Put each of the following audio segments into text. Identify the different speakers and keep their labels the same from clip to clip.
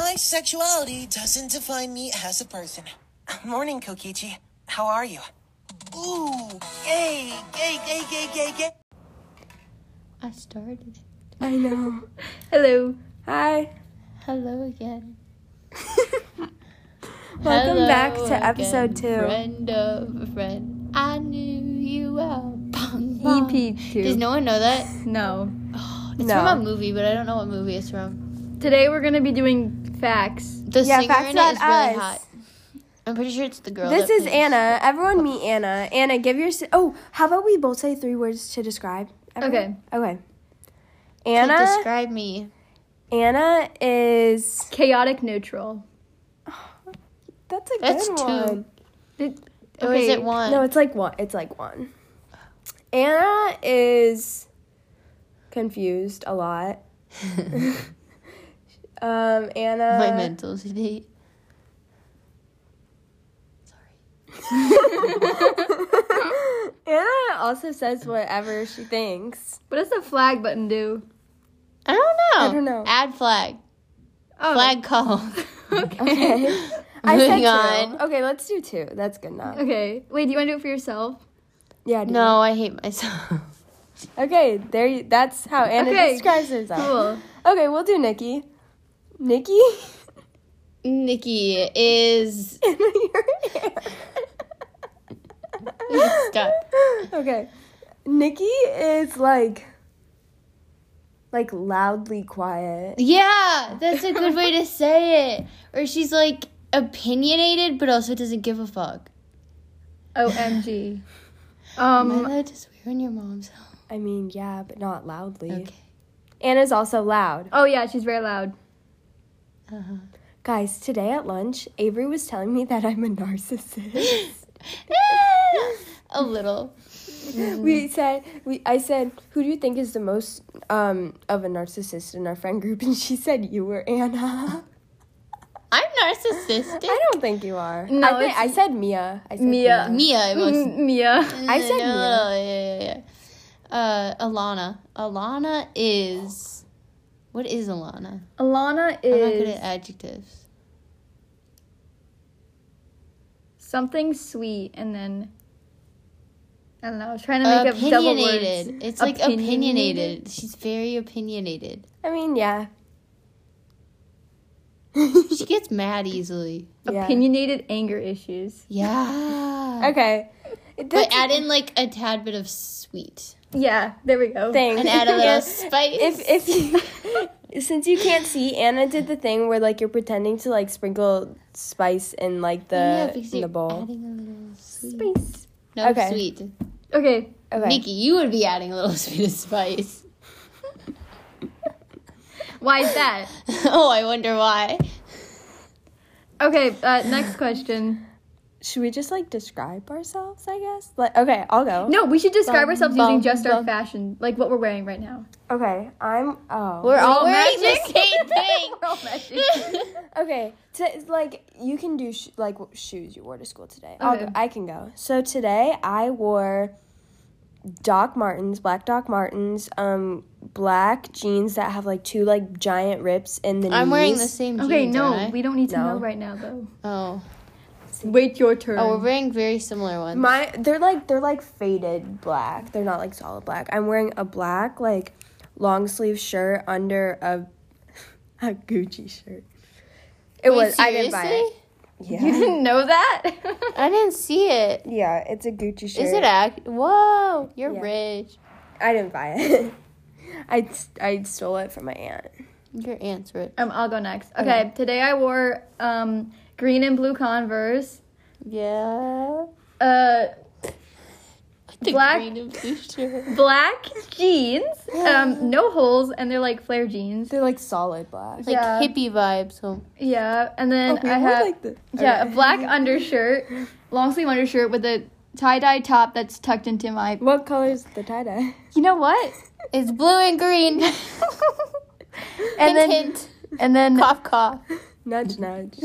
Speaker 1: My sexuality doesn't define me as a person. Morning, Kokichi. How are you? Ooh, gay, gay, gay, gay, gay, gay.
Speaker 2: I started. it.
Speaker 3: I know.
Speaker 2: Hello.
Speaker 3: Hi.
Speaker 2: Hello again.
Speaker 3: Welcome back
Speaker 2: Hello
Speaker 3: to episode
Speaker 2: again,
Speaker 3: two.
Speaker 2: Friend of a friend. I knew you well. Bong,
Speaker 3: E
Speaker 2: bong.
Speaker 4: EP2.
Speaker 2: Does no one know that?
Speaker 4: no.
Speaker 2: It's
Speaker 3: No.
Speaker 2: from a movie, but I don't know what movie it's from.
Speaker 4: Today we're gonna be doing facts.
Speaker 2: The
Speaker 3: Yeah,
Speaker 2: singer
Speaker 3: facts
Speaker 2: in
Speaker 3: about
Speaker 2: it is really
Speaker 3: us.
Speaker 2: hot. I'm pretty sure it's the girl.
Speaker 3: This
Speaker 2: that
Speaker 3: is
Speaker 2: plays-
Speaker 3: Anna. Everyone meet Anna. Anna, give your. s- Oh, how about we both say three words to describe? everyone? Okay.
Speaker 2: Please
Speaker 3: Anna.
Speaker 2: Describe me.
Speaker 3: Anna is.
Speaker 4: Chaotic neutral.
Speaker 3: That's a
Speaker 2: That's
Speaker 3: good
Speaker 2: two.
Speaker 3: one.
Speaker 2: Or is it
Speaker 4: Okay.
Speaker 2: one?
Speaker 3: No, it's like one. It's like one. Anna is confused a lot. um, Anna.
Speaker 2: My mental state.
Speaker 3: Anna also says whatever she thinks.
Speaker 4: What does the flag button do?
Speaker 2: I don't know.
Speaker 3: I don't know.
Speaker 2: Ad flag.
Speaker 4: Oh.
Speaker 2: Flag call.
Speaker 3: Okay. I said
Speaker 2: Moving
Speaker 3: two.
Speaker 2: on.
Speaker 3: Okay, let's do two. That's good enough.
Speaker 4: Okay. Wait, do you wanna do it for yourself?
Speaker 3: Yeah. dude.
Speaker 2: No, I hate myself.
Speaker 3: Okay, there. You, that's how Anna
Speaker 4: Okay,
Speaker 3: describes herself.
Speaker 4: Cool.
Speaker 3: Okay, we'll do Nikki. Nikki,
Speaker 2: Nikki is.
Speaker 3: Anna, your hair.
Speaker 2: Stop.
Speaker 3: Okay, Nikki is like, like loudly quiet.
Speaker 2: Yeah, that's a good way to say it. Or she's like opinionated, but also doesn't give a fuck.
Speaker 4: OMG.
Speaker 2: Am I
Speaker 4: Um
Speaker 2: allowed to swear in your mom's house?
Speaker 3: I mean, yeah, but not loudly.
Speaker 2: Okay.
Speaker 3: Anna's also loud.
Speaker 4: Oh yeah, she's very loud.
Speaker 2: uh-huh.
Speaker 3: Guys, today at lunch, Avery was telling me that I'm a narcissist.
Speaker 2: a little. Mm-hmm.
Speaker 3: we said, we, I said, who do you think is the most um, of a narcissist in our friend group? And she said, you were Anna.
Speaker 2: I'm narcissistic.
Speaker 3: I don't think you are.
Speaker 4: No,
Speaker 3: I, think,
Speaker 4: it's-
Speaker 3: I said Mia. I said
Speaker 4: Mia.
Speaker 2: Mia was.
Speaker 4: Mm, Mia.
Speaker 3: I said
Speaker 2: No,
Speaker 3: Mia.
Speaker 2: no, yeah, yeah, yeah. Uh, Alana. Alana is. What is Alana?
Speaker 4: Alana
Speaker 2: I'm not good
Speaker 4: is
Speaker 2: at adjectives.
Speaker 4: something sweet and then I don't know, I was trying to make up double words.
Speaker 2: Opinionated. It's like opinionated. She's very opinionated.
Speaker 3: I mean, yeah.
Speaker 2: She gets mad easily.
Speaker 3: Yeah.
Speaker 4: Opinionated anger issues.
Speaker 2: Yeah.
Speaker 3: Okay.
Speaker 2: But add in like a tad bit of sweet
Speaker 4: Yeah, there we go.
Speaker 3: thing.
Speaker 2: and add a
Speaker 3: Yeah.
Speaker 2: little spice.
Speaker 3: If if you, since you can't see, Anna did the thing where like you're pretending to like sprinkle spice in like the
Speaker 2: yeah, because
Speaker 3: uh, in
Speaker 2: you're
Speaker 3: the bowl.
Speaker 2: adding a little sweet.
Speaker 3: Spice.
Speaker 2: No
Speaker 3: Okay.
Speaker 2: sweet.
Speaker 4: Okay.
Speaker 3: Okay.
Speaker 2: Nikki, you would be adding a little sweet of spice.
Speaker 4: Why is that?
Speaker 2: oh, I wonder why.
Speaker 4: Okay, uh, next question.
Speaker 3: Should we just like describe ourselves? I guess. Like okay, I'll go.
Speaker 4: No, we should describe
Speaker 2: Bum,
Speaker 4: ourselves
Speaker 2: bum,
Speaker 4: using just our
Speaker 2: bum.
Speaker 4: fashion, like what we're wearing right now.
Speaker 3: Okay, I'm. Oh.
Speaker 2: We're all
Speaker 4: We're
Speaker 2: wearing
Speaker 4: matching.
Speaker 2: the same thing.
Speaker 4: We're all matching.
Speaker 3: Okay, t- it's like you can do sh- like what shoes you wore to school today. I'll
Speaker 4: Okay.
Speaker 3: go, I can go. So today I wore Doc Martens, black Doc Martens, um, black jeans that have like two like giant rips in the
Speaker 2: I'm wearing the
Speaker 3: knees.
Speaker 2: same jeans.
Speaker 4: okay, no,
Speaker 2: aren't I?
Speaker 4: we don't need to
Speaker 3: No.
Speaker 4: know right now though.
Speaker 2: Oh.
Speaker 4: Wait your turn.
Speaker 2: Oh, we're wearing very similar ones.
Speaker 3: My they're like they're like faded black. They're not like solid black. I'm wearing a black like long sleeve shirt under a a Gucci shirt. It
Speaker 2: Wait,
Speaker 3: was I didn't buy it.
Speaker 2: seriously?
Speaker 4: you
Speaker 3: Yeah,
Speaker 4: didn't know that?
Speaker 2: I didn't see it. Is
Speaker 3: yeah, it's a Gucci shirt.
Speaker 2: it act? Whoa, you're
Speaker 3: Yeah.
Speaker 2: rich.
Speaker 3: I didn't buy it. I, I stole it from my aunt.
Speaker 2: Your aunt's rich.
Speaker 4: um, I'll go next. Okay, today I wore um green and blue Converse,
Speaker 2: Yeah.
Speaker 4: uh
Speaker 2: The
Speaker 4: Black-
Speaker 2: green and blue shirt.
Speaker 4: black jeans, um no holes, and they're like flare jeans.
Speaker 3: They're like solid black.
Speaker 2: Like
Speaker 4: Yeah.
Speaker 2: hippie vibes. So
Speaker 4: Yeah, and then I have yeah a black undershirt, long sleeve undershirt with a tie dye top that's tucked into my.
Speaker 3: What color is the tie dye?
Speaker 4: You know what?
Speaker 2: it's blue and green.
Speaker 4: And then
Speaker 2: hint,
Speaker 4: and then
Speaker 2: cough, cough.
Speaker 3: Nudge, nudge.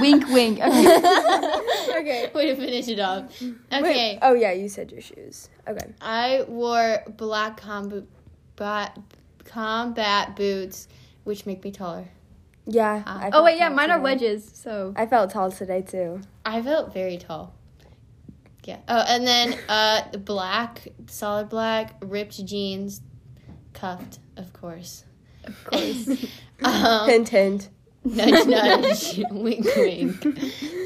Speaker 4: wink wink. Okay.
Speaker 3: okay.
Speaker 2: Way to finish it off. Okay,
Speaker 3: Oh yeah, you said your shoes. Okay.
Speaker 2: I wore black combo, bot, combat boots, which make me taller.
Speaker 3: Yeah. I
Speaker 4: Oh
Speaker 3: felt
Speaker 4: wait, yeah,
Speaker 3: tall
Speaker 4: mine are
Speaker 3: today.
Speaker 4: wedges. So
Speaker 3: I felt tall today too.
Speaker 2: I felt very tall. Yeah. Oh, and then uh, the black, solid black, ripped jeans, cuffed, of course.
Speaker 4: of course.
Speaker 2: Um,
Speaker 3: hint, hint.
Speaker 2: nudge, nudge, wink, wink.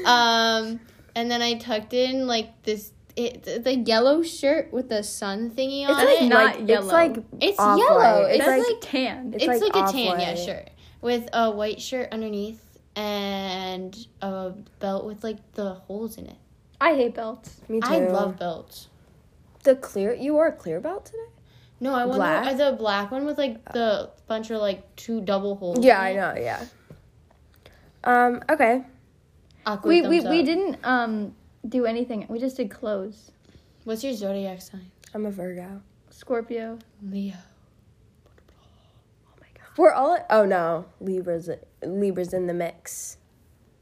Speaker 2: Um, and then I tucked in like this. It, the- the yellow shirt with the sun thingy on
Speaker 4: like
Speaker 2: it.
Speaker 4: not yellow.
Speaker 3: It's like
Speaker 2: It's
Speaker 3: off-white.
Speaker 2: yellow.
Speaker 4: It's
Speaker 2: It's
Speaker 4: That's
Speaker 2: like,
Speaker 4: like, tan.
Speaker 2: it's, like, a tan yeah,
Speaker 3: off-white.
Speaker 2: shirt with a white shirt underneath and a belt with like the holes in it.
Speaker 4: I hate belts.
Speaker 3: Me too.
Speaker 2: I love belts.
Speaker 3: the clear. You wore a clear belt today.
Speaker 2: No, I want
Speaker 3: Black?
Speaker 2: The, uh, the black one with like the bunch of like two double holes.
Speaker 3: Yeah,
Speaker 2: in
Speaker 3: I
Speaker 2: it.
Speaker 3: know. Yeah. Um. Okay.
Speaker 2: Awkward
Speaker 4: We we,
Speaker 2: thumbs
Speaker 4: we
Speaker 2: up.
Speaker 4: didn't um do anything. We just did clothes.
Speaker 2: What's your zodiac sign?
Speaker 3: I'm a Virgo.
Speaker 4: Scorpio.
Speaker 2: Leo.
Speaker 3: We're all. Oh no, Libra's Libra's in the mix.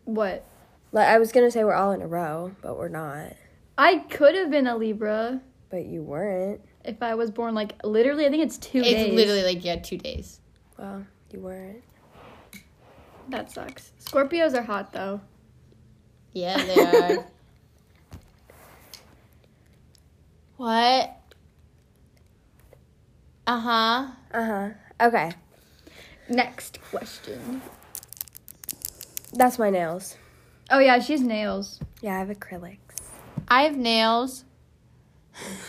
Speaker 4: What?
Speaker 3: Like I was gonna say we're all in a row, but we're not.
Speaker 4: I could have been a Libra
Speaker 3: But you weren't.
Speaker 4: if I was born like literally. I think it's two days.
Speaker 2: It's literally like yeah, two days.
Speaker 3: Well, you weren't.
Speaker 4: that sucks. Scorpios are hot though.
Speaker 2: Yeah, they are. what? Uh huh.
Speaker 3: Uh huh. Okay.
Speaker 4: Next question.
Speaker 3: That's my nails.
Speaker 4: Oh yeah, she has nails
Speaker 3: Yeah, I have acrylics.
Speaker 2: I have nails.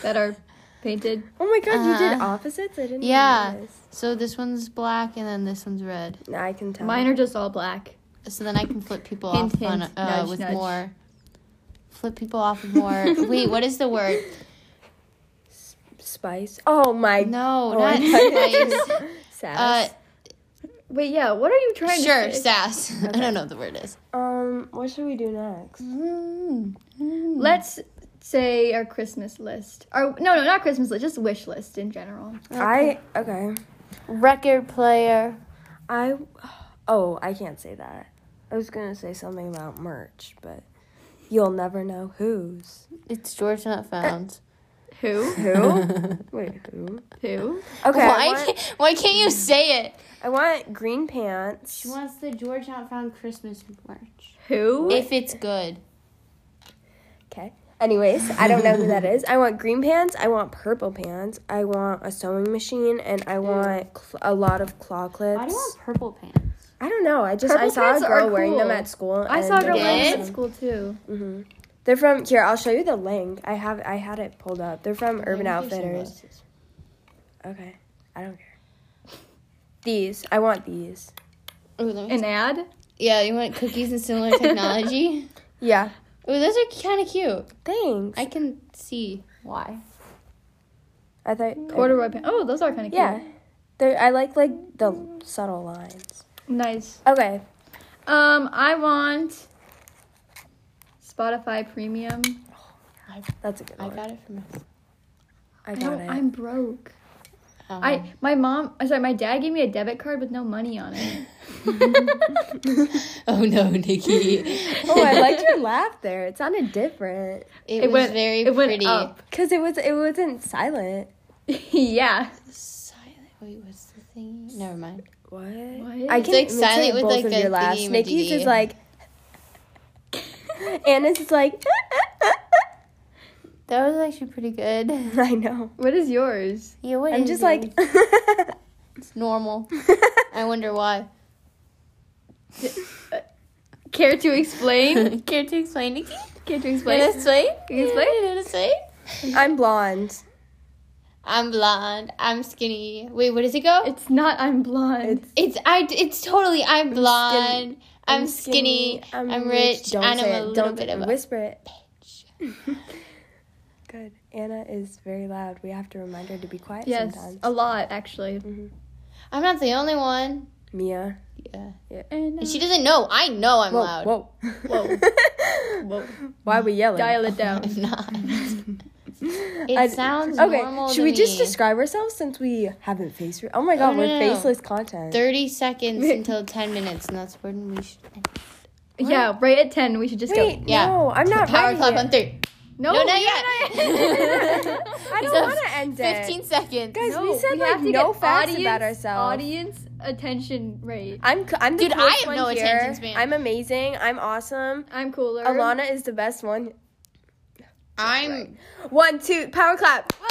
Speaker 4: that are painted.
Speaker 3: Oh my god, you did
Speaker 2: Uh-huh.
Speaker 3: opposites? I didn't
Speaker 2: Yeah.
Speaker 3: realize.
Speaker 2: So this one's black and then this one's red.
Speaker 3: Now I can tell.
Speaker 4: Mine are just all black.
Speaker 2: So then I can flip people
Speaker 4: Hint,
Speaker 2: off on
Speaker 4: hint,
Speaker 2: uh,
Speaker 4: nudge,
Speaker 2: with
Speaker 4: nudge.
Speaker 2: more. Flip people off with more. Wait, what is the word?
Speaker 3: spice. Oh my
Speaker 2: No,
Speaker 3: Oh,
Speaker 2: not
Speaker 3: I-
Speaker 2: spice. Uh,
Speaker 3: sass.
Speaker 4: Wait, yeah. What are you trying
Speaker 2: sure,
Speaker 4: to say?
Speaker 2: sass. I don't know what the word is.
Speaker 3: um, what should we do next?
Speaker 4: Mm. Let's say our Christmas list. Or no, no, not Christmas list. Just wish list in general.
Speaker 3: I okay.
Speaker 2: Record player.
Speaker 3: I oh, I can't say that. I was gonna say something about merch, but you'll never know whose.
Speaker 2: It's George not found.
Speaker 4: Who?
Speaker 3: Who? Wait, who?
Speaker 4: Who?
Speaker 3: Okay. I
Speaker 2: why?
Speaker 3: want,
Speaker 2: can't- why can't you say it?
Speaker 3: I want green pants.
Speaker 2: wants the George not found Christmas merch.
Speaker 4: Who?
Speaker 2: If it's good.
Speaker 3: Okay. Anyways, I don't know who that is. I want green pants. I want purple pants. I want a sewing machine, and I want cl- a lot of claw clips.
Speaker 2: purple pants?
Speaker 3: I don't know. I just I
Speaker 4: Purple
Speaker 3: saw a
Speaker 4: pants are
Speaker 3: girl wearing them
Speaker 4: cool.
Speaker 3: at school.
Speaker 4: I saw a girl
Speaker 2: did?
Speaker 4: wearing them at school too.
Speaker 3: hmm They're from here. I'll show you the link. I have I had it pulled up. They're from Urban Outfitters. Okay, I don't care. These I want these.
Speaker 2: Ooh, let me
Speaker 4: An ad?
Speaker 2: yeah, you want cookies and similar technology?
Speaker 3: Yeah.
Speaker 2: Ooh, those are kind of cute.
Speaker 3: Thanks.
Speaker 2: I
Speaker 3: I,
Speaker 2: can see why.
Speaker 3: thought
Speaker 4: Corduroy pants. Oh, those are kind of cute.
Speaker 3: Yeah. They're, I like like the subtle lines.
Speaker 4: Nice.
Speaker 3: Okay.
Speaker 4: Um, I want Spotify Premium.
Speaker 3: That's a good
Speaker 2: I
Speaker 3: one.
Speaker 2: got it from my
Speaker 3: I
Speaker 4: I
Speaker 3: got
Speaker 4: don't.
Speaker 3: it.
Speaker 4: I'm broke.
Speaker 2: um,
Speaker 3: Oh.
Speaker 4: I my mom. I'm sorry. My dad gave me a debit card with no money on it.
Speaker 2: Oh no, Nikki.
Speaker 3: oh, I liked your laugh there. It sounded different
Speaker 2: It,
Speaker 4: It
Speaker 2: was
Speaker 4: went-
Speaker 2: very
Speaker 4: it went
Speaker 2: pretty.
Speaker 4: up.
Speaker 3: because it was it wasn't silent.
Speaker 4: yeah.
Speaker 2: Silent. Wait, what's the thing? Never mind.
Speaker 3: What?
Speaker 4: What?
Speaker 3: I
Speaker 4: It's,
Speaker 3: can
Speaker 2: like,
Speaker 3: like
Speaker 2: silent with,
Speaker 3: both
Speaker 2: like,
Speaker 3: of
Speaker 2: the
Speaker 3: your laughs.
Speaker 2: thingy-majiggy.
Speaker 3: Nikki's is like. Anna's is like.
Speaker 2: That was actually pretty good.
Speaker 3: I know.
Speaker 4: What is yours?
Speaker 2: Yeah, what
Speaker 3: I'm
Speaker 2: is
Speaker 3: just
Speaker 2: it?
Speaker 3: like.
Speaker 2: it's normal. I wonder why.
Speaker 4: Care to explain?
Speaker 2: Care to explain, Nikki?
Speaker 4: Care to
Speaker 2: Can
Speaker 4: explain?
Speaker 2: I explain?
Speaker 4: Can you explain?
Speaker 2: Can I explain?
Speaker 3: I'm blonde.
Speaker 2: I'm blonde. I'm skinny. Wait, what does it go?
Speaker 4: It's not. I'm blonde.
Speaker 2: It's I. It's totally. I'm blonde. I'm,
Speaker 3: I'm
Speaker 2: skinny. I'm, rich.
Speaker 3: Don't
Speaker 2: and I'm
Speaker 3: say
Speaker 2: a
Speaker 3: it.
Speaker 2: little
Speaker 3: Don't
Speaker 2: bit of a.
Speaker 3: whisper it. Good. Anna is very loud. We have to remind her to be quiet
Speaker 4: yes,
Speaker 3: sometimes.
Speaker 2: Oh.
Speaker 4: a lot actually.
Speaker 2: I'm not the only one.
Speaker 3: Mia.
Speaker 2: Yeah.
Speaker 4: And, uh,
Speaker 2: And she doesn't know. I know I'm
Speaker 3: Whoa,
Speaker 2: loud.
Speaker 3: whoa.
Speaker 4: Whoa.
Speaker 3: whoa. Why are we yelling?
Speaker 4: dial it down.
Speaker 2: I'm not. it
Speaker 3: I-
Speaker 2: sounds
Speaker 3: okay.
Speaker 2: normal.
Speaker 3: Should
Speaker 2: to
Speaker 3: we just
Speaker 2: me.
Speaker 3: describe ourselves since we haven't face? Re- oh my god,
Speaker 2: no,
Speaker 3: we're
Speaker 2: no, no.
Speaker 3: faceless content.
Speaker 2: 30 seconds until 10 minutes, and that's when we should.
Speaker 4: yeah, right at ten, we should just
Speaker 3: Wait,
Speaker 4: go.
Speaker 2: Yeah.
Speaker 3: no, I'm not
Speaker 2: Power
Speaker 3: ready
Speaker 2: clap
Speaker 3: yet.
Speaker 2: on three.
Speaker 4: No,
Speaker 2: No,
Speaker 4: we
Speaker 2: not
Speaker 4: haven't-
Speaker 2: yet.
Speaker 3: I
Speaker 2: It's
Speaker 3: don't
Speaker 2: a
Speaker 3: want to end it.
Speaker 2: 15 seconds.
Speaker 3: Guys,
Speaker 4: No,
Speaker 3: we said like
Speaker 4: have to
Speaker 3: no
Speaker 4: get
Speaker 3: facts
Speaker 4: audience,
Speaker 3: about ourselves.
Speaker 4: Audience attention rate.
Speaker 3: I'm c- I'm the
Speaker 2: Dude, I
Speaker 3: coolest
Speaker 2: have
Speaker 3: one
Speaker 2: no
Speaker 3: here.
Speaker 2: attention span.
Speaker 3: I'm amazing. I'm awesome.
Speaker 4: I'm cooler.
Speaker 3: Alana is the best one.
Speaker 2: I'm
Speaker 3: One, two, power clap.
Speaker 4: Ah!